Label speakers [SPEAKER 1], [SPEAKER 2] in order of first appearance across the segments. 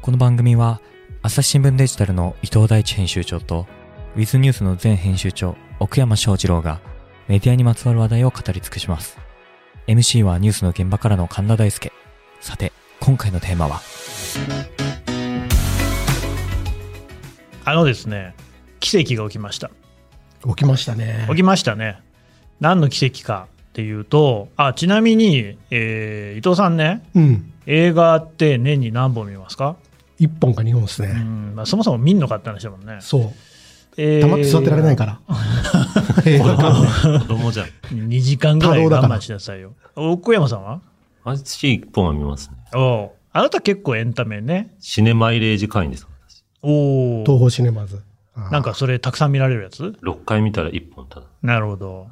[SPEAKER 1] この番組は朝日新聞デジタルの伊藤大地編集長とウィズニュースの前編集長奥山翔二郎がメディアにまつわる話題を語り尽くします MC はニュースの現場からの神田大輔さて今回のテーマは
[SPEAKER 2] あのですね、奇跡が起きました。
[SPEAKER 3] 起きましたね。
[SPEAKER 2] 起きましたね。何の奇跡かっていうと、あちなみに、えー伊藤さんね、
[SPEAKER 3] うん。
[SPEAKER 2] 映画って年に何本見ますか、
[SPEAKER 3] 一本か二本です
[SPEAKER 2] う
[SPEAKER 3] ね。
[SPEAKER 2] んまあ、そもそも見んのかって話だもんね。
[SPEAKER 3] そう。
[SPEAKER 2] えー
[SPEAKER 3] 黙って座ってられないから。映画 館で
[SPEAKER 4] 子供じゃん。
[SPEAKER 2] 2時間ぐらい
[SPEAKER 3] 多動だから
[SPEAKER 2] 我慢しなさいよ。奥山さんは
[SPEAKER 4] 私、一本は見ますね。
[SPEAKER 2] おうあなた結構エンタメね。
[SPEAKER 4] シネマイレージ会員です、私。
[SPEAKER 2] おお。
[SPEAKER 3] 東宝シネマズ。あー
[SPEAKER 2] なんかそれたくさん見られるやつ
[SPEAKER 4] 6回見たら一本ただ。
[SPEAKER 2] なるほど。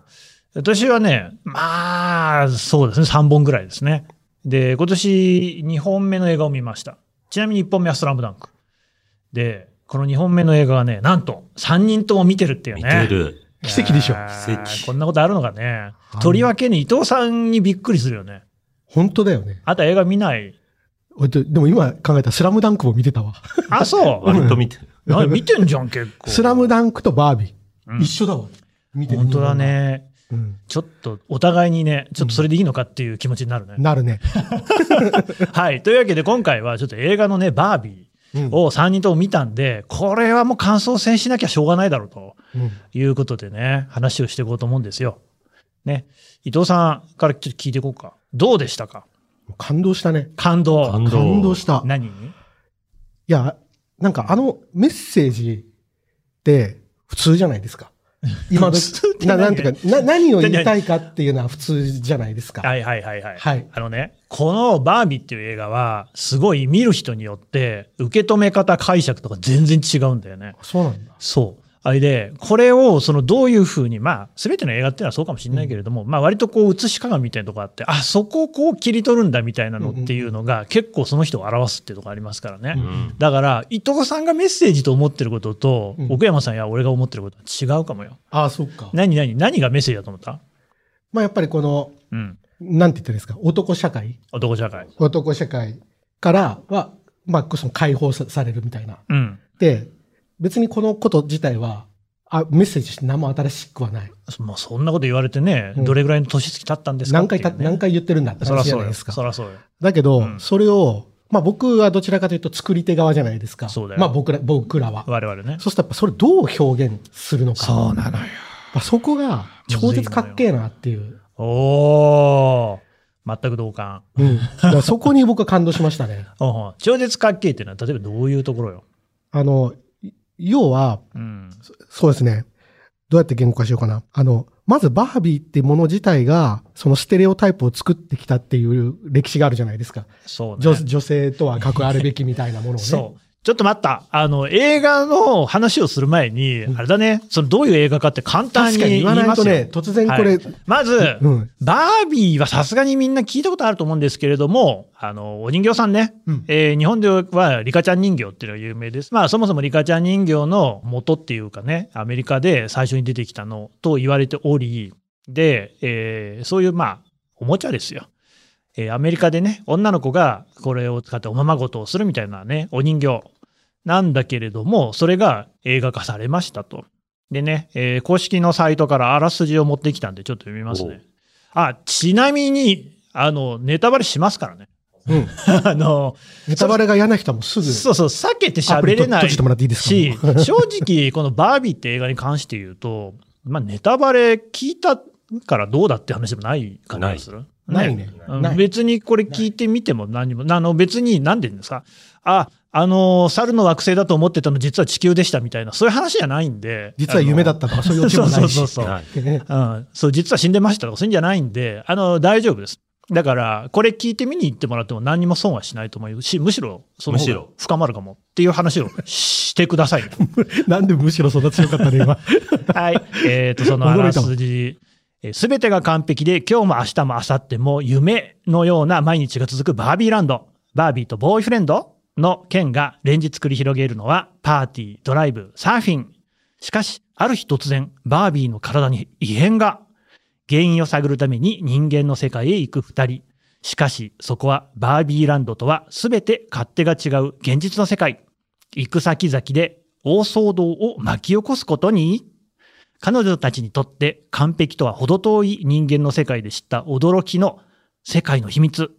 [SPEAKER 2] 私はね、まあ、そうですね、3本ぐらいですね。で、今年2本目の映画を見ました。ちなみに1本目はスラムダンク。で、この2本目の映画はね、なんと3人とも見てるっていう
[SPEAKER 4] 見
[SPEAKER 2] ね。
[SPEAKER 4] てる。
[SPEAKER 3] 奇跡でしょ
[SPEAKER 2] いやー
[SPEAKER 4] 奇跡
[SPEAKER 2] こんなことあるのかね
[SPEAKER 3] あ。ん
[SPEAKER 2] とりわけに伊藤さんにびっくりするよね。
[SPEAKER 3] 本当だよね。
[SPEAKER 2] あと映画見ない。
[SPEAKER 3] おいででも今考えたらスラムダンクも見てたわ。
[SPEAKER 2] あ、 そう。
[SPEAKER 4] 割と見てる。
[SPEAKER 2] な見てんじゃん、結構。
[SPEAKER 3] スラム
[SPEAKER 2] ン
[SPEAKER 3] ダンクとバービ
[SPEAKER 2] ク、う
[SPEAKER 3] ー。
[SPEAKER 2] ん
[SPEAKER 3] 一緒だわ。見てる
[SPEAKER 2] 本当だ。ね。
[SPEAKER 3] うん。
[SPEAKER 2] ちょっとお互いにね、ちょっとそれでいいのかっていう気持ちになるね。
[SPEAKER 3] なるね。
[SPEAKER 2] はい。というわけで今回はちょっと映画のね、バービ
[SPEAKER 3] うん
[SPEAKER 2] ーを3人とも見たんで、これはもう感想戦しなきゃしょうがないだろうと
[SPEAKER 3] うん
[SPEAKER 2] いうことでね、話をしていこうと思うんですよ。ね。伊藤さんからちょっと聞いていこうか。どうでしたか
[SPEAKER 3] 感動したね。
[SPEAKER 2] 感動。
[SPEAKER 4] 感動
[SPEAKER 3] 感動した。
[SPEAKER 2] 何
[SPEAKER 3] いや、なんかあのメッセージって普通じゃないですか。今ど
[SPEAKER 2] 普通って
[SPEAKER 3] な
[SPEAKER 2] 何
[SPEAKER 3] なんていうかな、何を言いたいかっていうのは普通じゃないですか。
[SPEAKER 2] はいはいはいはい。
[SPEAKER 3] はい
[SPEAKER 2] あのね、このバービーっていう映画は、すごい見る人によって、受け止め方、解釈とか全然違うんだよね。
[SPEAKER 3] そうなんだ。
[SPEAKER 2] そう。あれで、これを、その、どういうふうに、まあ、すべての映画っていうのはそうかもしれないけれども、まあ、割とこう、映し鏡みたいなとこあって、あ、そこをこう切り取るんだみたいなのっていうのが、結構その人を表すっていうとこありますからね。
[SPEAKER 4] うん。
[SPEAKER 2] だから、伊藤さんがメッセージと思ってることと、
[SPEAKER 3] うん
[SPEAKER 2] 奥山さんや俺が思ってることは違うかもよ。
[SPEAKER 3] ああ、そっか。
[SPEAKER 2] 何何何がメッセージだと思った
[SPEAKER 3] まあやっぱりこの、
[SPEAKER 2] うん。
[SPEAKER 3] なんて言ったらいいですか、男社会、
[SPEAKER 2] 男社会。
[SPEAKER 3] 男社会からは、まあ、その解放さされるみたいな。
[SPEAKER 2] うん。
[SPEAKER 3] で、別にこのこと自体は、あメッセージして何も新しくはない。
[SPEAKER 2] そまあ、そんなこと言われてね、
[SPEAKER 3] うん
[SPEAKER 2] どれぐらいの年月経ったんですか
[SPEAKER 3] 何回た、何
[SPEAKER 2] 回
[SPEAKER 3] 回言ってるんだって
[SPEAKER 2] そら
[SPEAKER 3] 話じ
[SPEAKER 2] そ
[SPEAKER 3] ゃ
[SPEAKER 2] う
[SPEAKER 3] ない
[SPEAKER 2] よ。
[SPEAKER 3] ですか。
[SPEAKER 2] そらそうよ。
[SPEAKER 3] だけど、
[SPEAKER 2] うん
[SPEAKER 3] それを、まあ僕はどちらかというと作り手側じゃないですか。
[SPEAKER 2] そうだよ
[SPEAKER 3] まあ僕ら、僕らは。
[SPEAKER 2] 我々ね。
[SPEAKER 3] そうするとやっぱそれどう表現するのか。
[SPEAKER 2] そうなのよ。
[SPEAKER 3] まあそこが超絶かっけえなっていう。
[SPEAKER 2] おー。全く同感。
[SPEAKER 3] うん。だからそこに僕は感動しましたね。
[SPEAKER 2] おうほう超絶かっけえっていうのは、例えばどういうところよ。
[SPEAKER 3] あの、い要は、
[SPEAKER 2] うん。
[SPEAKER 3] そうですね。どうやって言語化しようかな。あの、まずバービーってもの自体が、そのステレオタイプを作ってきたっていう歴史があるじゃないですか。
[SPEAKER 2] そうね。
[SPEAKER 3] 女女性とは関わるべきみたいなものをね。
[SPEAKER 2] そう。ちょっと待った。あの、映画の話をする前に、
[SPEAKER 3] うん
[SPEAKER 2] あれだね、そのどういう映画かって簡単
[SPEAKER 3] 確
[SPEAKER 2] に
[SPEAKER 3] かに
[SPEAKER 2] 言い
[SPEAKER 3] 言わない
[SPEAKER 2] ます
[SPEAKER 3] と
[SPEAKER 2] よ。
[SPEAKER 3] ね、突然こ
[SPEAKER 2] は
[SPEAKER 3] れ、
[SPEAKER 2] いまず、
[SPEAKER 3] うん。
[SPEAKER 2] バービーはさすがにみんな聞いたことあると思うんですけれども、あの、お人形さんね、
[SPEAKER 3] うん
[SPEAKER 2] えー日本ではリカちゃん人形っていうのが有名です。まあそもそもリカちゃん人形の元っていうかね、アメリカで最初に出てきたのと言われており、で、えーそういうまあおもちゃですよ。えーアメリカでね、女の子がこれを使っておままごとをするみたいなね、お人形なんだけれども、それが映画化されましたと。でね、えー公式のサイトからあらすじを持ってきたんで、ちょっと読みますね。あ、ちなみに、あの、ネタバレしますからね。
[SPEAKER 3] うん。
[SPEAKER 2] あの、
[SPEAKER 3] ネタバレが嫌な人はもうすぐ、
[SPEAKER 2] そうそう、避けて
[SPEAKER 3] アプリ
[SPEAKER 2] 喋
[SPEAKER 3] と
[SPEAKER 2] れな
[SPEAKER 3] 閉
[SPEAKER 2] い
[SPEAKER 3] じてもらっていいですか
[SPEAKER 2] し、正直、このバービーって映画に関して言うと、まあ、ネタバレ聞いたからどうだって話でもない感じがする。
[SPEAKER 3] ないね。
[SPEAKER 2] うん
[SPEAKER 3] ない。
[SPEAKER 2] 別にこれ聞いてみても何も、あの別に何で言うんですかあ、あの、猿の惑星だと思ってたの実は地球でしたみたいな、そういう話じゃないんで。
[SPEAKER 3] 実は夢だったとか、そういうオチもな
[SPEAKER 2] そう
[SPEAKER 3] い
[SPEAKER 2] そう
[SPEAKER 3] し。
[SPEAKER 2] そうそう。
[SPEAKER 4] い。
[SPEAKER 3] ね
[SPEAKER 2] うん、そう、実は死んでましたとか、そういうんじゃないんで、あの、大丈夫です。だから、これ聞いて見に行ってもらっても何にも損はしないと思うし、むしろ、その方
[SPEAKER 4] むし
[SPEAKER 2] が
[SPEAKER 4] ろ
[SPEAKER 2] 深まるかもっていう話をしてくださいね、
[SPEAKER 3] なんでむしろそんな強かったね、 今。
[SPEAKER 2] はい。えっ、と、そのあらすじ。すべてが完璧で、今日も明日も明後日も夢のような毎日が続くバービーランド。バービーとボーイフレンドの件が連日繰り広げるのはパーティー、ドライブ、サーフィン。しかし、ある日突然、バービーの体に異変が。原因を探るために人間の世界へ行く二人。しかし、そこはバービーランドとは全て勝手が違う現実の世界。行く先々で大騒動を巻き起こすことに彼女たちにとって完璧とは程遠い人間の世界で知った驚きの世界の秘密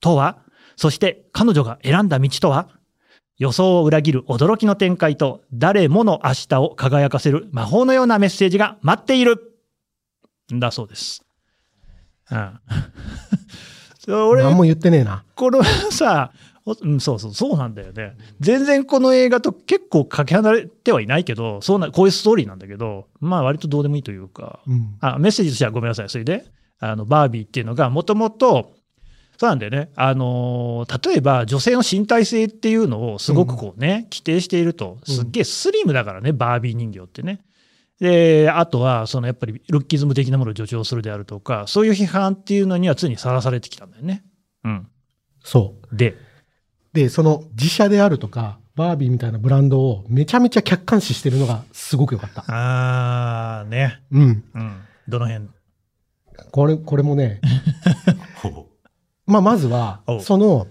[SPEAKER 2] とは、そして彼女が選んだ道とは、予想を裏切る驚きの展開と誰もの明日を輝かせる魔法のようなメッセージが待っているんだそうです。うん。 それ
[SPEAKER 3] 何も言ってねえな。
[SPEAKER 2] これはさ、おうん、そうそう、そうなんだよね。全然この映画と結構かけ離れてはいないけど、そうな、こういうストーリーなんだけど、まあ割とどうでもいいというか、
[SPEAKER 3] うん。
[SPEAKER 2] あ、メッセージとしてはごめんなさい。それで、あの、バービーっていうのが、もともと、そうなんだよね。あのー、例えば女性の身体性っていうのをすごくこうね、規定していると、すっげえスリムだからね、バービー人形ってね。で、あとは、そのやっぱりルッキズム的なものを助長するであるとか、そういう批判っていうのには常にさらされてきたんだよね。うん。
[SPEAKER 3] そう。
[SPEAKER 2] で、
[SPEAKER 3] で、その自社であるとか、バービーみたいなブランドをめちゃめちゃ客観視してるのがすごく良かった。
[SPEAKER 2] あーね、
[SPEAKER 3] うん。
[SPEAKER 2] うん、どの辺
[SPEAKER 3] これ、これもね、
[SPEAKER 4] ほぼ。
[SPEAKER 3] まあ、まずは
[SPEAKER 2] お、う
[SPEAKER 3] その、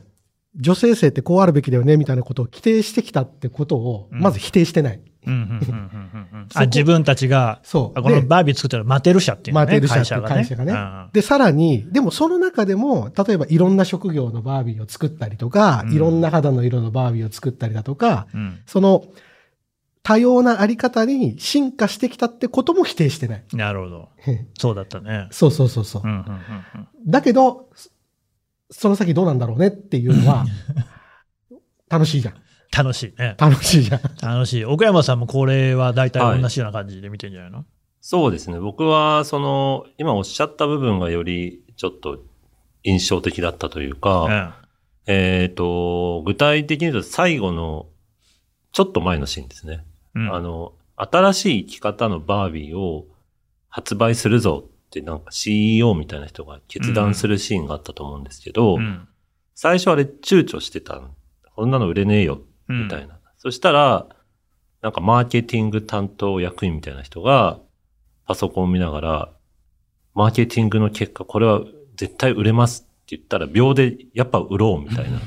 [SPEAKER 3] 女性性ってこうあるべきだよね、みたいなことを規定してきたってことを、
[SPEAKER 2] うん
[SPEAKER 3] まず否定してない。
[SPEAKER 2] うんうんうんうんうんうん
[SPEAKER 3] そこ
[SPEAKER 2] あ自分たちが、
[SPEAKER 3] そう。
[SPEAKER 2] あこの
[SPEAKER 3] で
[SPEAKER 2] バービー作ったのはマテル社っていう、ね、
[SPEAKER 3] マテル社っていう
[SPEAKER 2] 会
[SPEAKER 3] 会
[SPEAKER 2] 社
[SPEAKER 3] 社
[SPEAKER 2] が
[SPEAKER 3] が
[SPEAKER 2] ね
[SPEAKER 3] ね
[SPEAKER 2] うん。
[SPEAKER 3] で、さらに、でもその中でも、例えばいろんな職業のバービーを作ったりとか、
[SPEAKER 2] うん
[SPEAKER 3] いろんな肌の色のバービーを作ったりだとか、
[SPEAKER 2] うん
[SPEAKER 3] その、多様なあり方に進化してきたってことも否定し てない。
[SPEAKER 2] なるほど。そうだったね。
[SPEAKER 3] そうそうそうそう
[SPEAKER 2] う。んうんうん
[SPEAKER 3] だけど、そその先どうなんだろうねっていうのは、楽しいじゃん。
[SPEAKER 2] うん、楽しいね。
[SPEAKER 3] 楽しいじゃん。
[SPEAKER 2] 楽しい。奥山さんもこれは大体同じような感じで見てんじゃないの、
[SPEAKER 4] そうですね。僕は、その、今おっしゃった部分がより、ちょっと、印象的だったというか、えっ、と、具体的に言うと最後の、ちょっと前のシーンですね。
[SPEAKER 2] うんうん
[SPEAKER 4] あの、新しい生き方のバービーを発売するぞってなんか CEO みたいな人が決断するシーンがあったと思うんですけど、
[SPEAKER 2] うん
[SPEAKER 4] 最初あれ躊躇してたん。こんなの売れねえよ、
[SPEAKER 2] うん
[SPEAKER 4] みたいな。そしたら、なんかマーケティング担当役員みたいな人が、パソコンを見ながら、マーケティングの結果、これは絶対売れますって言ったら、秒でやっぱ売ろうみ たいな。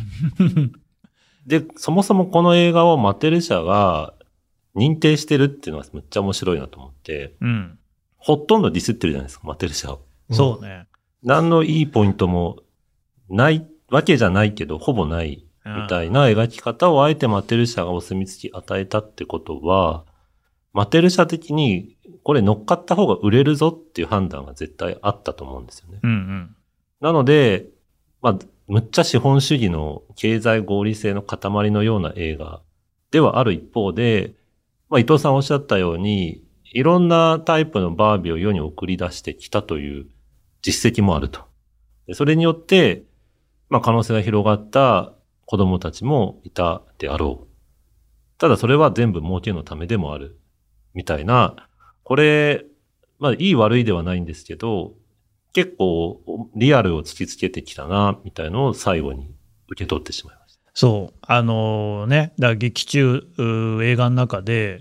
[SPEAKER 4] で、そもそもこの映画をマテル社が認定してるっていうのはむっちゃ面白いなと思って、
[SPEAKER 2] うん。
[SPEAKER 4] ほとんどディスってるじゃないですか、マテル社を。
[SPEAKER 2] そうね。
[SPEAKER 4] 何のいいポイントもないわけじゃないけど、ほぼないみた
[SPEAKER 2] い。
[SPEAKER 4] いな描き方をあえてマテル社がお墨付き与えたってことは、マテル社的にこれ乗っかった方が売れるぞっていう判断が絶対あったと思うんですよね。
[SPEAKER 2] うんうん。
[SPEAKER 4] なので、まあ、むっちゃ資本主義の経済合理性の塊のような映画ではある一方で、まあ、伊藤さんおっしゃったように、いろんなタイプのバービーを世に送り出してきたという実績もあると。でそれによって、まあ、可能性が広がった子供たちもいたであろう。ただそれは全部儲けのためでもある。みたいな、これ、まあ、いい悪いではないんですけど、結構リアルを突きつけてきたな、みたいのを最後に受け取ってしまいまし
[SPEAKER 2] そう。あのね、だから劇中、うー映画の中で、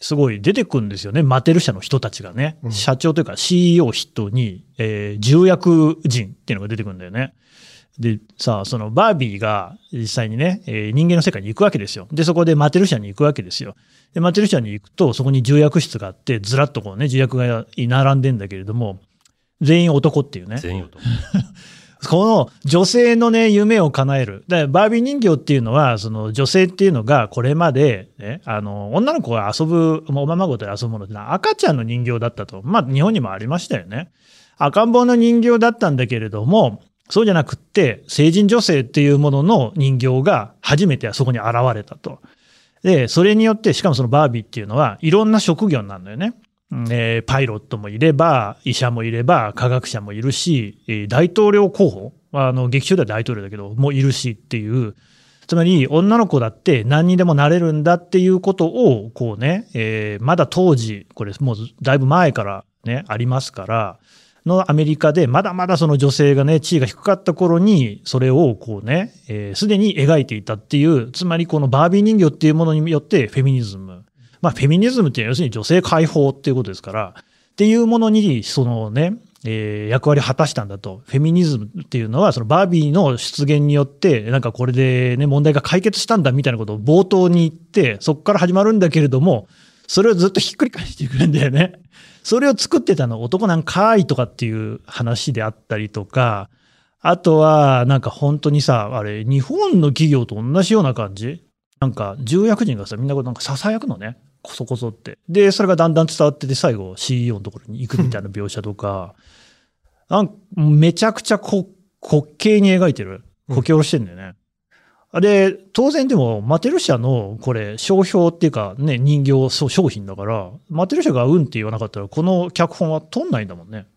[SPEAKER 2] すごい出てくるんですよね。マテル社の人たちがね。
[SPEAKER 3] うん
[SPEAKER 2] 社長というか CEO 筆頭に、えー重役人っていうのが出てくるんだよね。で、さあ、そのバービーが実際にね、えー人間の世界に行くわけですよ。で、そこでマテル社に行くわけですよ。で、マテル社に行くと、そこに重役室があって、ずらっとこうね、重役が並んでんだけれども、全員男っていうね
[SPEAKER 4] た。。全員をと。
[SPEAKER 2] この女性のね、夢を叶える。だからバービー人形っていうのは、その女性っていうのがこれまで、ね、あの、女の子が遊ぶ、まあおままごとで遊ぶものってのは赤ちゃんの人形だったと。まあ、日本にもありましたよね。赤ん坊の人形だったんだけれども、そうじゃなくって、成人女性っていうものの人形が初めてそこに現れたと。で、それによって、しかもそのバービーっていうのは、いろんな職業になるんだよね。えーパイロットもいれば、医者もいれば、科学者もいるし、えー大統領候補、あの、劇中では大統領だけど、もいるしっていう、つまり、女の子だって何にでもなれるんだっていうことを、こうね、えーまだ当時、これもうだいぶ前からね、ありますから、のアメリカで、まだまだその女性がね、地位が低かった頃に、それをこうね、す、えー、で、に描いていたっていう、つまりこのバービー人形っていうものによって、フェミニズム、まあ、フェミニズムっていうのは要するに女性解放っていうことですから、っていうものに、そのね、えー役割を果たしたんだと。フェミニズムっていうのは、そのバービーの出現によって、なんかこれでね、問題が解決したんだみたいなことを冒頭に言って、そこから始まるんだけれども、それをずっとひっくり返していくんだよね。それを作ってたの男なんかーいとかっていう話であったりとか、あとは、なんか本当にさ、あれ、日本の企業と同じような感じなんか、重役人がさ、みんなこうなんか囁くのね。こそこそって。で、それがだんだん伝わってて、最後 CEO のところに行くみたいな描写とか、なんかめちゃくちゃこ滑稽に描いてる。こき下ろしてんだよね。で、当然でも、マテル社の、これ、商標っていうか、ね、人形、そう商品だから、マテル社がうんって言わなかったら、この脚本は取んないんだもんね。
[SPEAKER 4] だか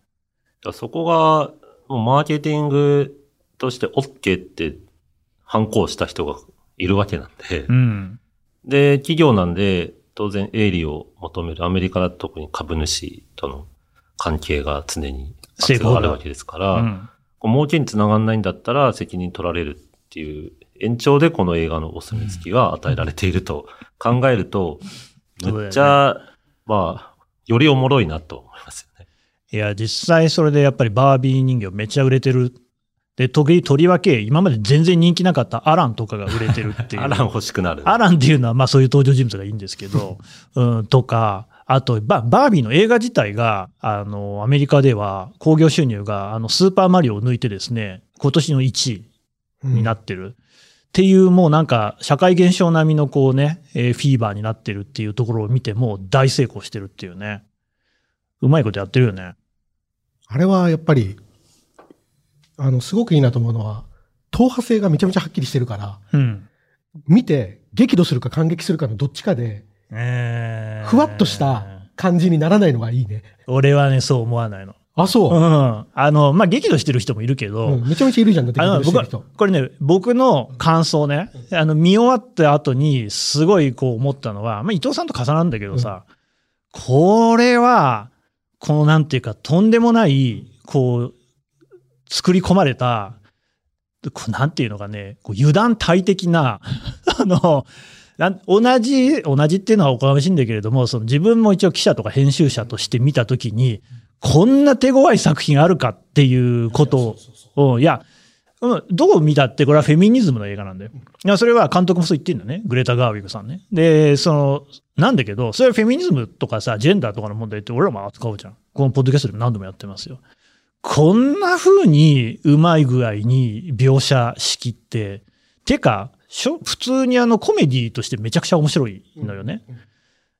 [SPEAKER 4] らそこが、もうマーケティングとして OK って反抗した人がいるわけなんで、
[SPEAKER 2] うん。
[SPEAKER 4] で、企業なんで、当然営利を求めるアメリカだと特に株主との関係が常に
[SPEAKER 2] 成功
[SPEAKER 4] があるわけですから、
[SPEAKER 2] うん。
[SPEAKER 4] こう儲けにつながんないんだったら責任取られるっていう延長でこの映画のお墨付きが与えられていると考えると、
[SPEAKER 2] うん
[SPEAKER 4] むっちゃ、まあ、よりおもろいなと思いますよね。
[SPEAKER 2] いや、実際それでやっぱりバービー人形めっちゃ売れてる。で、特にとりわけ、今まで全然人気なかったアランとかが売れてるっていう。
[SPEAKER 4] アラン欲しくなる。
[SPEAKER 2] アランっていうのは、まあそういう登場人物がいいんですけど、うん、とか、あとバ、バービーの映画自体が、あの、アメリカでは興行収入が、あの、スーパーマリオを抜いてですね、今年の1位になってる。っていう、もうなんか、社会現象並みのこうね、えーフィーバーになってるっていうところを見ても、大成功してるっていうね。うまいことやってるよね。
[SPEAKER 3] あれはやっぱり、あの、すごくいいなと思うのは、党派性がめちゃめちゃはっきりしてるから、
[SPEAKER 2] うん。
[SPEAKER 3] 見て激怒するか感激するかのどっちかで、
[SPEAKER 2] えー
[SPEAKER 3] ふわっとした感じにならないのがいいね。
[SPEAKER 2] 俺はね、そう思わないの。
[SPEAKER 3] あ、
[SPEAKER 2] う
[SPEAKER 3] そ
[SPEAKER 2] ん。あの、まあ、激怒してる人もいるけ
[SPEAKER 3] う。
[SPEAKER 2] ど、
[SPEAKER 3] うん、めちゃめちゃいるじゃん、だって
[SPEAKER 2] あの
[SPEAKER 3] 激
[SPEAKER 2] 僕
[SPEAKER 3] 怒
[SPEAKER 2] は
[SPEAKER 3] してる人。
[SPEAKER 2] これね、僕の感想ね、あの見終わった後に、すごいこう思ったのは、まあ、伊藤さんと重なるんだけどさ、これは、このなんていうか、とんでもない、こう、作り込まれた、こうなんていうのかね、こう油断大敵な、あの、なん同じ、同じっていうのはおこがましいんだけれども、その自分も一応記者とか編集者として見たときに、こんな手強い作品あるかっていうことを、うんいや、うんどう見たってこれはフェミニズムの映画なんだよ。いや、それは監督もそう言ってんだね。グレタ・ガーウィグさんね。で、その、なんだけど、それはフェミニズムとかさ、ジェンダーとかの問題って俺らも扱おうじゃん。このポッドキャストでも何度もやってますよ。こんな風にうまい具合に描写しきって、てか、しょ普通にあのコメディとしてめちゃくちゃ面白いのよね。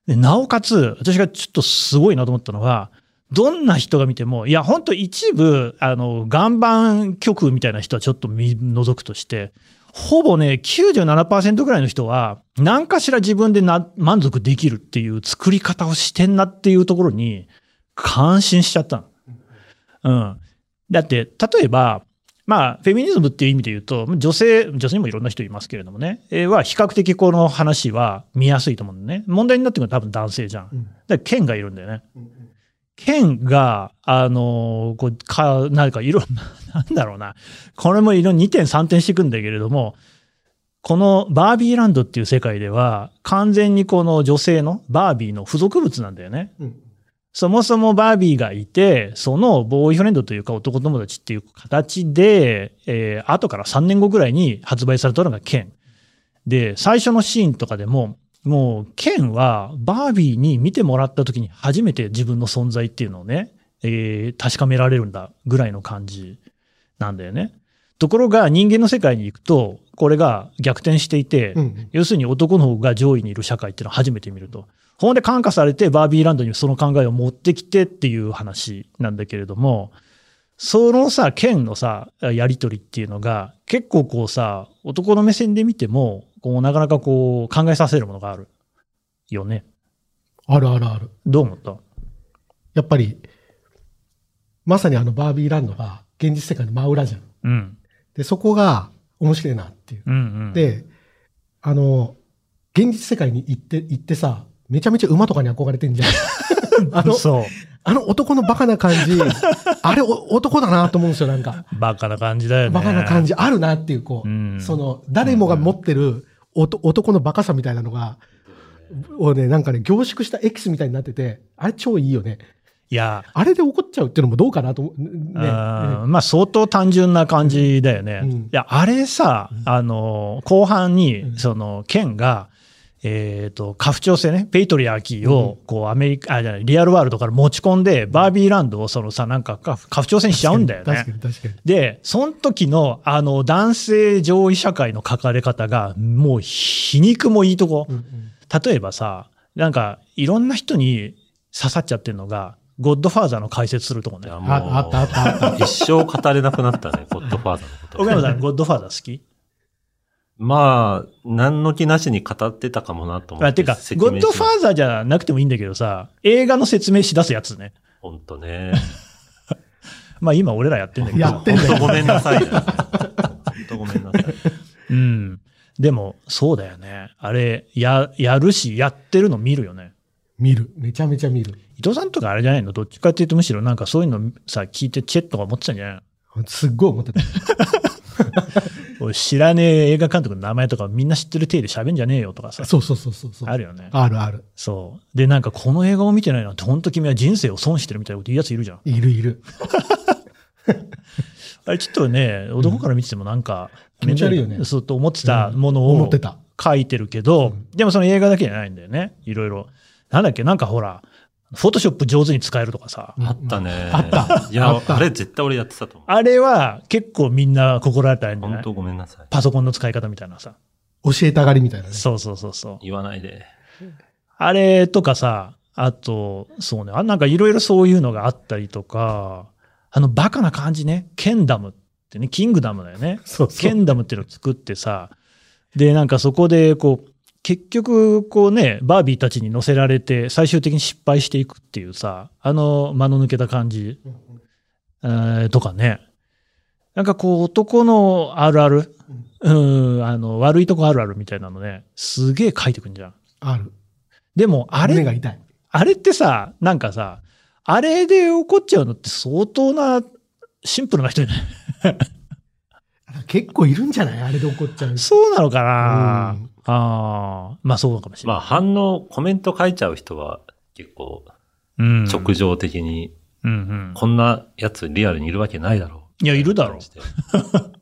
[SPEAKER 2] でなおかつ、私がちょっとすごいなと思ったのは、どんな人が見ても、いや、ほんと一部、あの、岩盤曲みたいな人はちょっと見除くとして、ほぼね、97%ぐらいの人は、何かしら自分でな満足できるっていう作り方をしてんなっていうところに、感心しちゃったの。うん。だって、例えば、まあ、フェミニズムっていう意味で言うと、女性、女性にもいろんな人いますけれどもね、えーは比較的この話は見やすいと思うんだよね。問題になってくるのは多分男性じゃん。
[SPEAKER 3] うん
[SPEAKER 2] だから、剣がいるんだよね。剣が、あのーこう、か、なんかいろん な、なんだろうな。これもいろ2点3点していくんだけれども、このバービーランドっていう世界では、完全にこの女性のバービーの付属物なんだよね。
[SPEAKER 3] うん
[SPEAKER 2] そもそもバービーがいて、そのボーイフレンドというか男友達っていう形で、えー後から3年後ぐらいに発売されたのが剣。で、最初のシーンとかでも、もう、ケンは、バービーに見てもらった時に初めて自分の存在っていうのをね、えー確かめられるんだぐらいの感じなんだよね。ところが、人間の世界に行くと、これが逆転していて、
[SPEAKER 3] うん。
[SPEAKER 2] 要するに男の方が上位にいる社会っていうのを初めて見ると。ほんで感化されてバービーランドにその考えを持ってきてっていう話なんだけれども、そのさ、剣のさ、やりとりっていうのが、結構こうさ、男の目線で見ても、こうなかなかこう考えさせるものがある。よね。
[SPEAKER 3] あるあるある。
[SPEAKER 2] どう思った
[SPEAKER 3] やっぱり、まさにあのバービーランドが現実世界の真裏じゃん。
[SPEAKER 2] うん。
[SPEAKER 3] で、そこが面白いなっていう。
[SPEAKER 2] うんうん。、
[SPEAKER 3] で、あの、現実世界に行って、行ってさ、めちゃめちゃ馬とかに憧れてんじゃん。 あの、
[SPEAKER 2] そ
[SPEAKER 3] あの男のバカな感 じ、あれお男だなと思うんですよ、なんか。
[SPEAKER 2] う。バカな感じだよね。
[SPEAKER 3] バカな感
[SPEAKER 2] じ。
[SPEAKER 3] じあるなっていう、こう、
[SPEAKER 2] うん
[SPEAKER 3] その、誰もが持ってるおと男のバカさみたいなのが、をね、なんかね、凝縮したエキスみたいになってて、あれ超いいよね。
[SPEAKER 2] いや、
[SPEAKER 3] あれで怒っちゃうっていうのもどうかなと思う。ね
[SPEAKER 2] あーまあ相当単純な感じだよね。
[SPEAKER 3] うん
[SPEAKER 2] いや、あれさ、あの、後半
[SPEAKER 3] う
[SPEAKER 2] に、
[SPEAKER 3] ん
[SPEAKER 2] その、県が、えっ、と、家父長制ね、ペイトリアーキーを、こう、アメリカ、あ、じゃない、リアルワールドから持ち込んで、バービーランドを、そのさ、なんか、家父長制にしちゃうんだよね。
[SPEAKER 3] 確かに確かに。
[SPEAKER 2] で、その時の、あの、男性上位社会の書かれ方が、もう、皮肉もいいとこ。
[SPEAKER 3] うんうん
[SPEAKER 2] 例えばさ、なんか、いろんな人に刺さっちゃってるのが、ゴッドファーザーの解説するとこ
[SPEAKER 4] い
[SPEAKER 2] ね。
[SPEAKER 4] やもう
[SPEAKER 3] ああったあったあった。
[SPEAKER 4] 一生語れなくなったね、ゴッドファーザーのこと。
[SPEAKER 2] 岡山さん、ゴッドファーザー好き
[SPEAKER 4] まあ、何の気なしに語ってたかもなと思
[SPEAKER 2] あ
[SPEAKER 4] ってて。
[SPEAKER 2] か、ゴッドファーザーじゃなくてもいいんだけどさ、映画の説明しだすやつね。
[SPEAKER 4] ほんとね。
[SPEAKER 2] まあ今俺らやってんだけ
[SPEAKER 3] や
[SPEAKER 2] ど
[SPEAKER 3] っ。てんだよ
[SPEAKER 4] ほんとごめんなさいね。ほんとごめんなさい。
[SPEAKER 2] うん。でも、そうだよね。あれ、や、やるし、やってるの見るよね。
[SPEAKER 3] 見る。めちゃめちゃ見る。
[SPEAKER 2] 伊藤さんとかあれじゃないのどっちかっていうとむしろなんかそういうのさ、聞いてチェッとか持ってたんじゃないの
[SPEAKER 3] すっごい思ってた。
[SPEAKER 2] 俺知らねえ映画監督の名前とかみんな知ってる体で喋んじゃねえよとかさ。
[SPEAKER 3] そうそうそうそうそう。
[SPEAKER 2] あるよね。
[SPEAKER 3] あるある。
[SPEAKER 2] そう。で、なんかこの映画を見てないなんて本当君は人生を損してるみたいなこと言うやついるじゃん。
[SPEAKER 3] いるいる。
[SPEAKER 2] あれちょっとね、男から見ててもなんか、
[SPEAKER 3] 気持ち悪いよね
[SPEAKER 2] そうと思ってたもの
[SPEAKER 3] 思
[SPEAKER 2] を
[SPEAKER 3] ってた。
[SPEAKER 2] 書いてるけど、
[SPEAKER 3] うん
[SPEAKER 2] でもその映画だけじゃないんだよね。いろいろ。なんだっけ、なんかほら、フォトショップ上手に使えるとかさ。
[SPEAKER 4] あったね。
[SPEAKER 3] あった
[SPEAKER 4] いや、
[SPEAKER 3] あった
[SPEAKER 4] あれ絶対俺やってたと思
[SPEAKER 2] あれは結構みんな心当たりあるんじ
[SPEAKER 4] う。ほ
[SPEAKER 2] ゃなんい
[SPEAKER 4] とごめんなさい。
[SPEAKER 2] パソコンの使い方みたいなさ。
[SPEAKER 3] 教えたがりみたいなね。
[SPEAKER 2] そうそうそうそう。
[SPEAKER 4] 言わないで。
[SPEAKER 2] あれとかさ、あと、そうね、あなんかいろいろそういうのがあったりとか、あのバカな感じね、ケンダムってね、キングダムだよね。
[SPEAKER 3] そう
[SPEAKER 2] ケンダムっていうのを作ってさ、で、なんかそこで、こう、結局、こうね、バービーたちに乗せられて、最終的に失敗していくっていうさ、あの、間の抜けた感じ、えーとかね。なんかこう、男のあるある、うん、あの、悪いとこあるあるみたいなのね、すげえ書いてくんじゃん。
[SPEAKER 3] ある。
[SPEAKER 2] でも、あ
[SPEAKER 3] 胸
[SPEAKER 2] れ、
[SPEAKER 3] が痛い。
[SPEAKER 2] あれってさ、なんかさ、あれで怒っちゃうのって相当な、シンプルな人じゃない
[SPEAKER 3] 結構いるんじゃないあれで怒っちゃう。
[SPEAKER 2] そうなのかな、
[SPEAKER 3] うん
[SPEAKER 2] ああ、まあそうかもしれ
[SPEAKER 4] ま
[SPEAKER 2] ない。
[SPEAKER 4] あ、反応、コメント書いちゃう人は結構
[SPEAKER 2] うん
[SPEAKER 4] 直情的に、
[SPEAKER 2] うんうん
[SPEAKER 4] こんなやつリアルにいるわけないだろう。
[SPEAKER 2] いやいるだろう
[SPEAKER 4] みたいな感じで。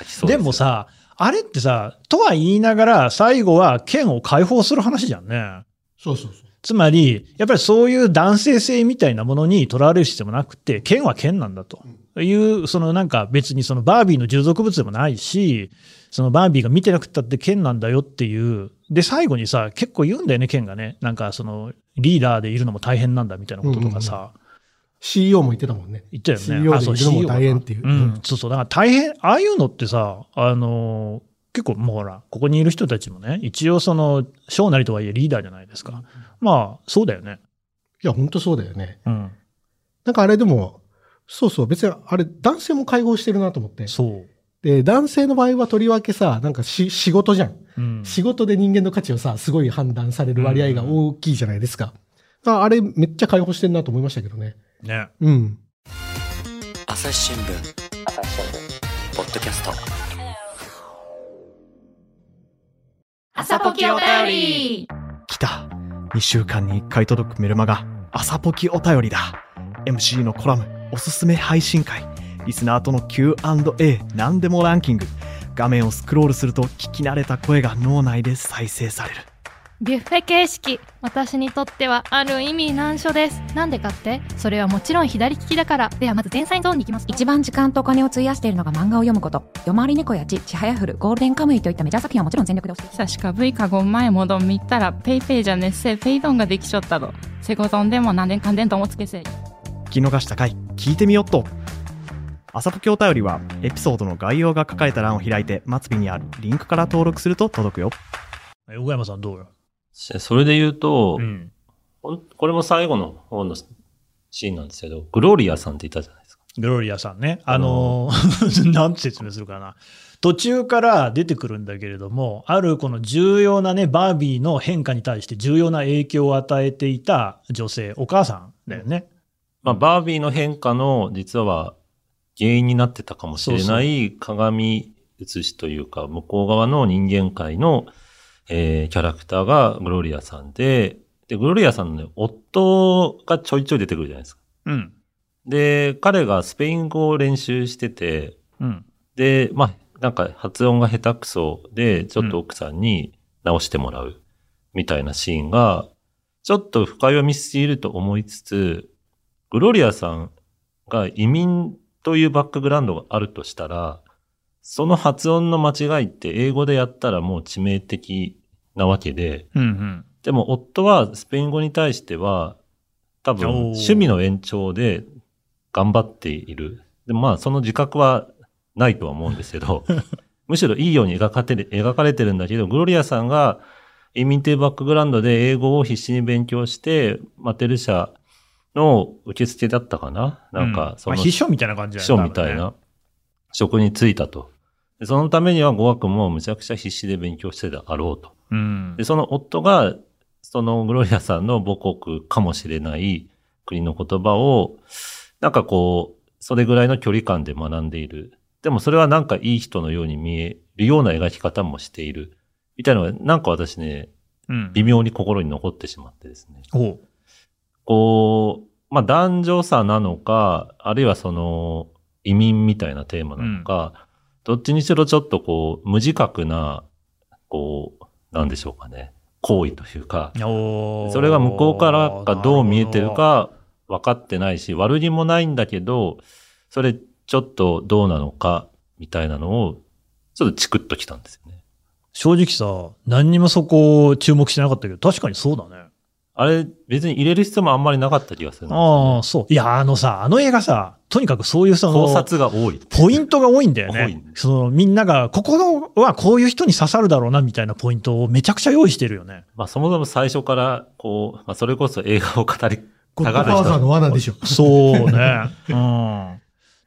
[SPEAKER 4] 書きそう
[SPEAKER 2] です
[SPEAKER 4] よ
[SPEAKER 2] も、さ、あれってさ、とは言いながら、最後は剣を解放する話じゃんね。
[SPEAKER 3] そうそうそう。
[SPEAKER 2] つまり、やっぱりそういう男性性みたいなものにとらわれる必要もなくて、剣は剣なんだという、そのなんか別にそのバービーの従属物でもないし、そのバービーが見てなくったって剣なんだよっていう、で、最後にさ、結構言うんだよね、剣がね。なんかそのリーダーでいるのも大変なんだみたいなこととかさ。
[SPEAKER 3] うん CEO も言ってたもんね。
[SPEAKER 2] 言ったよね。
[SPEAKER 3] CEO
[SPEAKER 2] あ
[SPEAKER 3] で
[SPEAKER 2] そう
[SPEAKER 3] いるの
[SPEAKER 2] CEO
[SPEAKER 3] も大変っていう。
[SPEAKER 2] うん、そうそう。だから大変、ああいうのってさ、あのー、結構もうほら、ここにいる人たちもね、一応その、小なりとはいえリーダーじゃないですか。まあ、そうだよね。
[SPEAKER 3] いや、本当そうだよね。
[SPEAKER 2] うん。
[SPEAKER 3] なんかあれでも、そうそう、別にあれ、男性も解放してるなと思って。
[SPEAKER 2] そう。
[SPEAKER 3] で、男性の場合はとりわけさ、なんかし仕事じゃん。
[SPEAKER 2] うん。
[SPEAKER 3] 仕事で人間の価値をさ、すごい判断される割合が大きいじゃないですか。だからあれ、めっちゃ解放してるなと思いましたけどね。
[SPEAKER 2] ね。
[SPEAKER 3] うん。
[SPEAKER 1] 朝日新聞ポッドキャスト
[SPEAKER 5] 朝ポキお便り
[SPEAKER 6] 来た2週間に1回届くメルマガ朝ポキお便りだ MC のコラムおすすめ配信会リスナーとの Q&A 何でもランキング画面をスクロールすると聞き慣れた声が脳内で再生される
[SPEAKER 5] ビュッフェ形式私にとってはある意味難所ですなんでかってそれはもちろん左利きだからではまず前菜ゾーンに行きます
[SPEAKER 7] 一番時間とお金を費やしているのが漫画を読むこと。夜回り猫やち、ちはやふる、ゴールデンカムイといったメジャー作品はもちろん全力で推していきたい
[SPEAKER 8] 久しか V かご前もどん見たらペイペイじゃねっせペイドンができちょったどセコドンでも何でんかんでんともつけせ
[SPEAKER 6] 聞き逃した回聞いてみよっと朝ポキお便りはエピソードの概要が書かれた欄を開いて末尾にあるリンクから登録すると届くよ
[SPEAKER 2] え横山さんどうよ。
[SPEAKER 4] それで言うと、
[SPEAKER 2] ん。
[SPEAKER 4] ほんこれも最後の方のシーンなんですけど、グローリアさんっていたじゃないですか。
[SPEAKER 2] グロリアさんね。あのー なんて説明するかな。途中から出てくるんだけれども、あるこの重要なね、バービーの変化に対して重要な影響を与えていた女性、お母さんだよね。
[SPEAKER 4] まあ、バービーの変化の実は原因になってたかもしれない鏡写しというか、向こう側の人間界の、えーキャラクターがグロリアさんで、で、グロリアさんのね、夫がちょいちょい出てくるじゃないですか。
[SPEAKER 2] うん。
[SPEAKER 4] で、彼がスペイン語を練習してて、
[SPEAKER 2] うん。
[SPEAKER 4] で、まあ、なんか発音が下手くそで、ちょっと奥さんに直してもらうみたいなシーンが、ちょっと深読みしていると思いつつ、グロリアさんが移民というバックグラウンドがあるとしたら、その発音の間違いって英語でやったらもう致命的なわけで、
[SPEAKER 2] うん。うん。
[SPEAKER 4] でも夫はスペイン語に対しては、多分
[SPEAKER 2] おー
[SPEAKER 4] 趣味の延長で頑張っている。でまあその自覚はないとは思うんですけ ど、むしろいいように描かれてる描かれてるんだけど、グロリアさんが移民というバックグラウンドで英語を必死に勉強して、マテル社の受付だったかななんか、そ
[SPEAKER 2] まあ、
[SPEAKER 4] の
[SPEAKER 2] 秘書みたいな感じだ
[SPEAKER 4] 秘
[SPEAKER 2] よ
[SPEAKER 4] 書
[SPEAKER 2] ね
[SPEAKER 4] みたい。
[SPEAKER 2] 多
[SPEAKER 4] な職に就いたと。でそのためには語学もむちゃくちゃ必死で勉強してたあろうと。
[SPEAKER 2] 分ね
[SPEAKER 4] で、その夫が、そのグロリアさんの母国かもしれない国の言葉を、なんかこう、それぐらいの距離感で学んでいる。でもそれはなんかいい人のように見えるような描き方もしている。みたいなのが、なんか私ね、
[SPEAKER 2] うん。うん。
[SPEAKER 4] 微妙に心に残ってしまってですね。
[SPEAKER 2] ほう。
[SPEAKER 4] こう、まあ男女差なのか、あるいはその移民みたいなテーマなのか、どっちにしろちょっとこう、無自覚な、こう、なんでしょうかね、行為というか、
[SPEAKER 2] おー
[SPEAKER 4] それが向こうからがどう見えてる。か分かってないし、悪気もないんだけど、それちょっとどうなのか、みたいなのを、ちょっとチクッときたんですよね。
[SPEAKER 2] 正直さ、何にもそこを注目してなかったけど、確かにそうだね。
[SPEAKER 4] あれ、別に入れる必要もあんまりなかった気がするんです
[SPEAKER 2] あ
[SPEAKER 4] よ
[SPEAKER 2] あ、そう。いや、あのさ、あの映画さ、とにかくそういうそ
[SPEAKER 4] ね。
[SPEAKER 2] の、
[SPEAKER 4] 考察が多い。
[SPEAKER 2] ポイントが多いんだよ
[SPEAKER 4] 多
[SPEAKER 2] ね
[SPEAKER 4] いね。
[SPEAKER 2] そのみんなが、ここのはこういう人に刺さるだろうなみたいなポイントをめちゃくちゃ用意してるよね。
[SPEAKER 4] まあそもそも最初から、こう、まあそれこそ映画を語り、
[SPEAKER 3] ゴッドファーザーの罠でしょ。
[SPEAKER 2] そう ね。うん。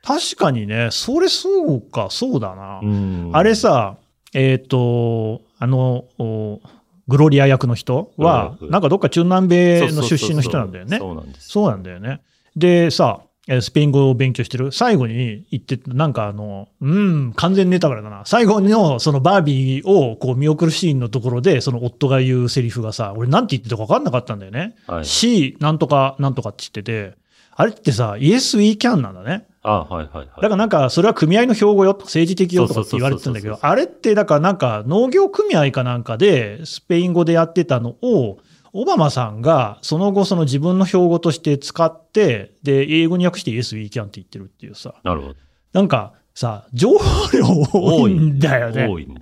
[SPEAKER 2] 確かにね、それそうか、そうだな。
[SPEAKER 4] うん
[SPEAKER 2] あれ、さ、えっ、と、あの、おグロリア役の人は、
[SPEAKER 4] うん
[SPEAKER 2] なんかどっか中南米の出身の人なんだよね。
[SPEAKER 4] そうなんです。
[SPEAKER 2] そうなんだよね。でさ、えースペイン語を勉強してる。最後に言って、なんかあの、うん、完全ネタバレだな。最後のそのバービーをこう見送るシーンのところで、その夫が言うセリフがさ、俺なんて言ってたか分かんなかったんだよね。
[SPEAKER 4] はい。
[SPEAKER 2] C、なんとかなんとかって言ってて、あれってさ、イエス・イー・キャンなんだね。
[SPEAKER 4] あはいはいはい。
[SPEAKER 2] だからなんか、それは組合の標語よとか、政治的よとかって言われてたんだけ
[SPEAKER 4] そう
[SPEAKER 2] ど、
[SPEAKER 4] そうそうそうそう
[SPEAKER 2] あれって、だからなんか、農業組合かなんかで、スペイン語でやってたのを、オバマさんが、その後、その自分の標語として使って、で、英語に訳して Yes, we can って言ってるっていうさ、
[SPEAKER 4] なるほど。
[SPEAKER 2] なんかさ、情報量多いんだよね。
[SPEAKER 4] 多いんだ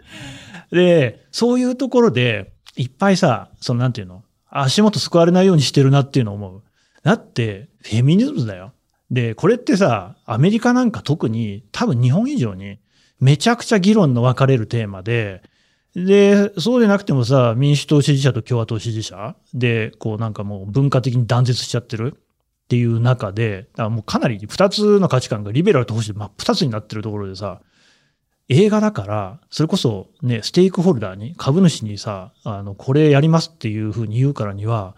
[SPEAKER 2] で、そういうところで、いっぱいさ、そのなんていうの、足元救われないようにしてるなっていうのを思う。だって、フェミニズムだよ。で、これってさ、アメリカなんか特に、多分日本以上に、めちゃくちゃ議論の分かれるテーマで、で、そうでなくてもさ、民主党支持者と共和党支持者で、こうなんかもう文化的に断絶しちゃってるっていう中で、だからもうかなり2つの価値観がリベラルと保守で真っ二つになってるところでさ、映画だから、それこそね、ステークホルダーに、株主にさ、あの、これやりますっていうふうに言うからには、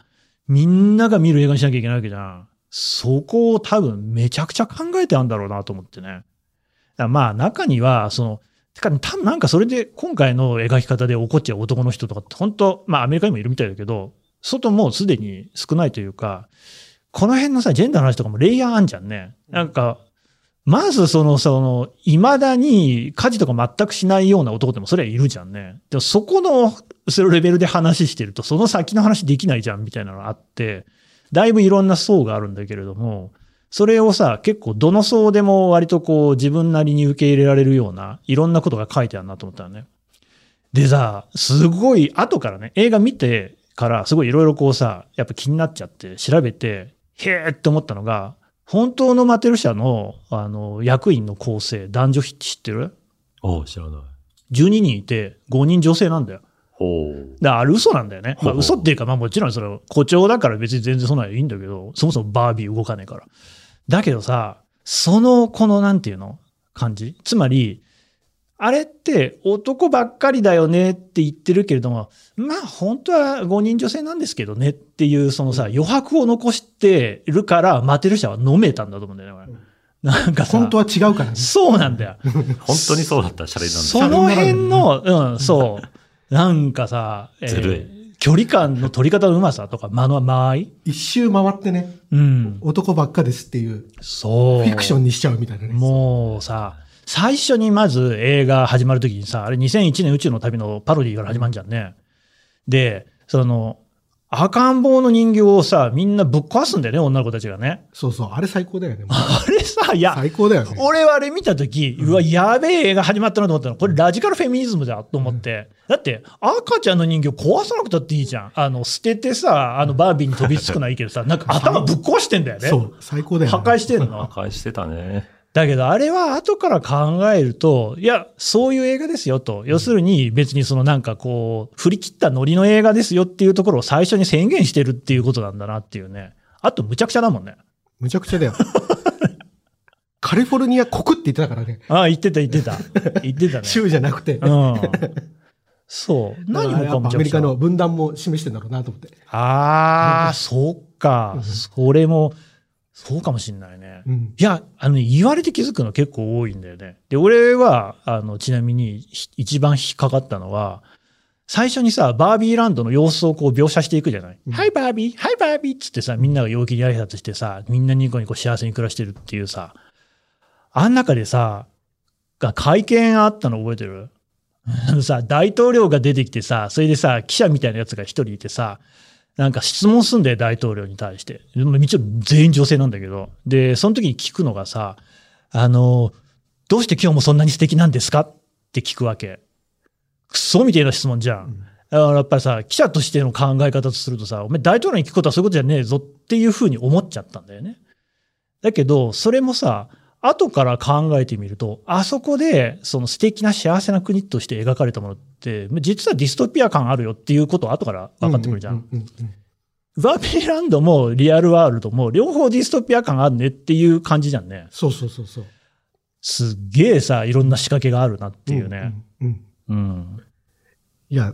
[SPEAKER 2] みんなが見る映画にしなきゃいけないわけじゃん。そこを多分めちゃくちゃ考えてあるんだろうなと思ってね。だからまあ中には、その、てか、多分なんかそれで今回の描き方で怒っちゃう男の人とかって本当、まあアメリカにもいるみたいだけど、外もうすでに少ないというか、この辺のさ、ジェンダーの話とかもレイヤーあんじゃんね。なんか、まずその、その、未だに家事とか全くしないような男でもそれはいるじゃんね。でもそこの、そのレベルで話してると、その先の話できないじゃんみたいなのがあって、だいぶいろんな層があるんだけれども、それをさ、結構どの層でも割とこう自分なりに受け入れられるような、いろんなことが書いてあるなと思ったのね。でさ、すごい後からね、映画見てからすごいいろいろこうさ、やっぱ気になっちゃって調べて、へーって思ったのが、本当のマテル社の、あの、役員の構成、男女比って知ってる
[SPEAKER 4] おう知らない。
[SPEAKER 2] ?12 人いて5人女性なんだよ。
[SPEAKER 4] ほう。
[SPEAKER 2] だからあれ嘘なんだよね。まあ
[SPEAKER 4] ほう
[SPEAKER 2] 嘘っていうか、まあもちろんそれは誇張だから別に全然そんなのいいんだけど、そもそもバービー動かねえから。だけどさ、その、このなんていうの感じつまり、あれって男ばっかりだよねって言ってるけれども、まあ本当は5人女性なんですけどねっていうそのさ、余白を残してるから、マテル社は飲めたんだと思うんだよねこれ。なんかさ、
[SPEAKER 3] 本当は違うからね。
[SPEAKER 2] そうなんだよ。
[SPEAKER 4] 本当にそうだったらシャレになるんだ
[SPEAKER 2] その辺の、うん、そう。なんかさ、えー
[SPEAKER 4] ずる
[SPEAKER 2] 距離感の取り方のうまさとか、間の間合い
[SPEAKER 3] 一周回ってね、
[SPEAKER 2] うん。
[SPEAKER 3] 男ばっかですっていう、
[SPEAKER 2] そ
[SPEAKER 3] フ
[SPEAKER 2] う。
[SPEAKER 3] ィクションにしちゃうみたいなね。
[SPEAKER 2] もうさ、最初にまず映画始まるときにさ、あれ2001年宇宙の旅のパロディから始まるじゃんね。で、その、赤ん坊の人形をさ、みんなぶっ壊すんだよね、女の子たちがね。
[SPEAKER 3] そうそう、あれ最高だよね。
[SPEAKER 2] あれさ、いや、
[SPEAKER 3] 最高だよね。
[SPEAKER 2] 俺はあれ見たとき、うわ、やべえ映画始まったなと思ったの。これラジカルフェミニズムだと思って。だって、赤ちゃんの人形壊さなくたっていいじゃん。あの、捨ててさ、あの、バービーに飛びつくのはいいけどさ、なんか頭ぶっ壊してんだよね。
[SPEAKER 3] そう、最高だよね。
[SPEAKER 2] 破壊してん
[SPEAKER 4] 破
[SPEAKER 2] の。
[SPEAKER 4] 壊してたね。
[SPEAKER 2] だけどあれは後から考えると、いや、そういう映画ですよと。要するに別にそのなんかこう、振り切ったノリの映画ですよっていうところを最初に宣言してるっていうことなんだなっていうね。あとむちゃくちゃだもんね。
[SPEAKER 3] むちゃくちゃだよ。 カリフォルニア国って言ってたからね。
[SPEAKER 2] ああ、言ってた言ってた。言って たね。
[SPEAKER 3] 州じゃなくて。
[SPEAKER 2] うん。 そう。何も
[SPEAKER 3] や
[SPEAKER 2] か
[SPEAKER 3] っ
[SPEAKER 2] も
[SPEAKER 3] ぱアメリカの分断も示してんだろうなと思って。
[SPEAKER 2] ああ、そっか
[SPEAKER 3] う。ん
[SPEAKER 2] それも、そうかもしんないね。
[SPEAKER 3] うん。
[SPEAKER 2] いや、あのね、言われて気づくの結構多いんだよね。で、俺は、あの、ちなみに、ひ一番引っかかったのは、最初にさ、バービーランドの様子をこう描写していくじゃない、
[SPEAKER 3] うん
[SPEAKER 2] はい、バービーはい、バービーっつってさ、みんなが陽気に挨拶してさ、みんなニコニコ幸せに暮らしてるっていうさ、あん中でさ、が会見あったの覚えてる あのさ、大統領が出てきてさ、それでさ、記者みたいなやつが一人いてさ、なんか質問すんだよ、大統領に対して。でも一応全員女性なんだけど。で、その時に聞くのがさ、あの、どうして今日もそんなに素敵なんですかって聞くわけ。クソみたいな質問じゃん。だからやっぱりさ、記者としての考え方とするとさ、お前大統領に聞くことはそういうことじゃねえぞっていうふうに思っちゃったんだよね。だけど、それもさ、後から考えてみると、あそこで、その素敵な幸せな国として描かれたものって、実はディストピア感あるよっていうことは後から分かってくるじゃん。
[SPEAKER 3] うううん
[SPEAKER 2] バービーランドもリアルワールドも両方ディストピア感あるねっていう感じじゃんね。
[SPEAKER 3] そうそうそうそう。っ
[SPEAKER 2] すっげえさ、いろんな仕掛けがあるなっていうね。。
[SPEAKER 3] うんう
[SPEAKER 2] う
[SPEAKER 3] ん。
[SPEAKER 2] ん。
[SPEAKER 3] いや、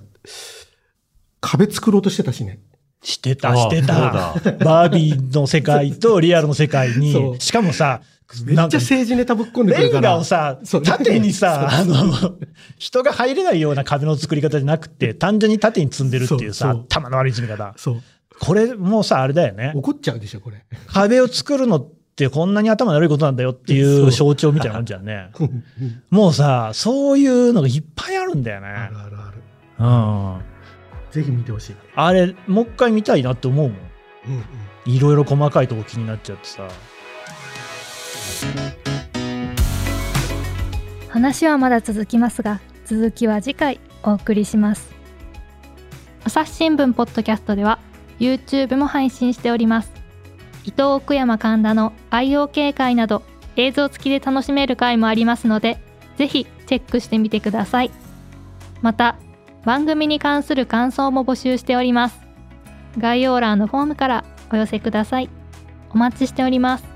[SPEAKER 3] 壁作ろうとしてたしね。
[SPEAKER 2] してた、してた。
[SPEAKER 4] ああそうだ
[SPEAKER 2] バービーの世界とリアルの世界
[SPEAKER 3] そ
[SPEAKER 2] に、
[SPEAKER 3] う
[SPEAKER 2] しかもさ、
[SPEAKER 3] めっちゃ
[SPEAKER 2] なんか
[SPEAKER 3] 政治ネタぶっ込んでく
[SPEAKER 2] レ
[SPEAKER 3] る
[SPEAKER 2] ン
[SPEAKER 3] から。
[SPEAKER 2] ガをさ
[SPEAKER 3] そう、
[SPEAKER 2] 縦にさ、あの、人が入れないような壁の作り方じゃなくて、単純に縦に積んでるっていうさ、
[SPEAKER 3] そうそう
[SPEAKER 2] 頭の悪い積み方。
[SPEAKER 3] そう。
[SPEAKER 2] これもうさ、あれだよね。
[SPEAKER 3] 怒っちゃうでしょ、これ。
[SPEAKER 2] 壁を作るのってこんなに頭の悪いことなんだよってい
[SPEAKER 3] そうう
[SPEAKER 2] 象徴みたいなもんじゃんね。
[SPEAKER 3] うん
[SPEAKER 2] もうさ、そういうのがいっぱいあるんだよ
[SPEAKER 3] あ
[SPEAKER 2] ね
[SPEAKER 3] る。あるある。
[SPEAKER 2] うん。
[SPEAKER 3] ぜひ見てほしい。
[SPEAKER 2] あれ、もう一回見たいなって思うもん。
[SPEAKER 3] うんうん
[SPEAKER 2] いろいろ細かいとこ気になっちゃってさ。
[SPEAKER 5] 話はまだ続きますが続きは次回お送りします朝日新聞ポッドキャストでは YouTube も配信しております伊藤奥山神田の IOK 会など映像付きで楽しめる回もありますのでぜひチェックしてみてくださいまた番組に関する感想も募集しております概要欄のフォームからお寄せくださいお待ちしております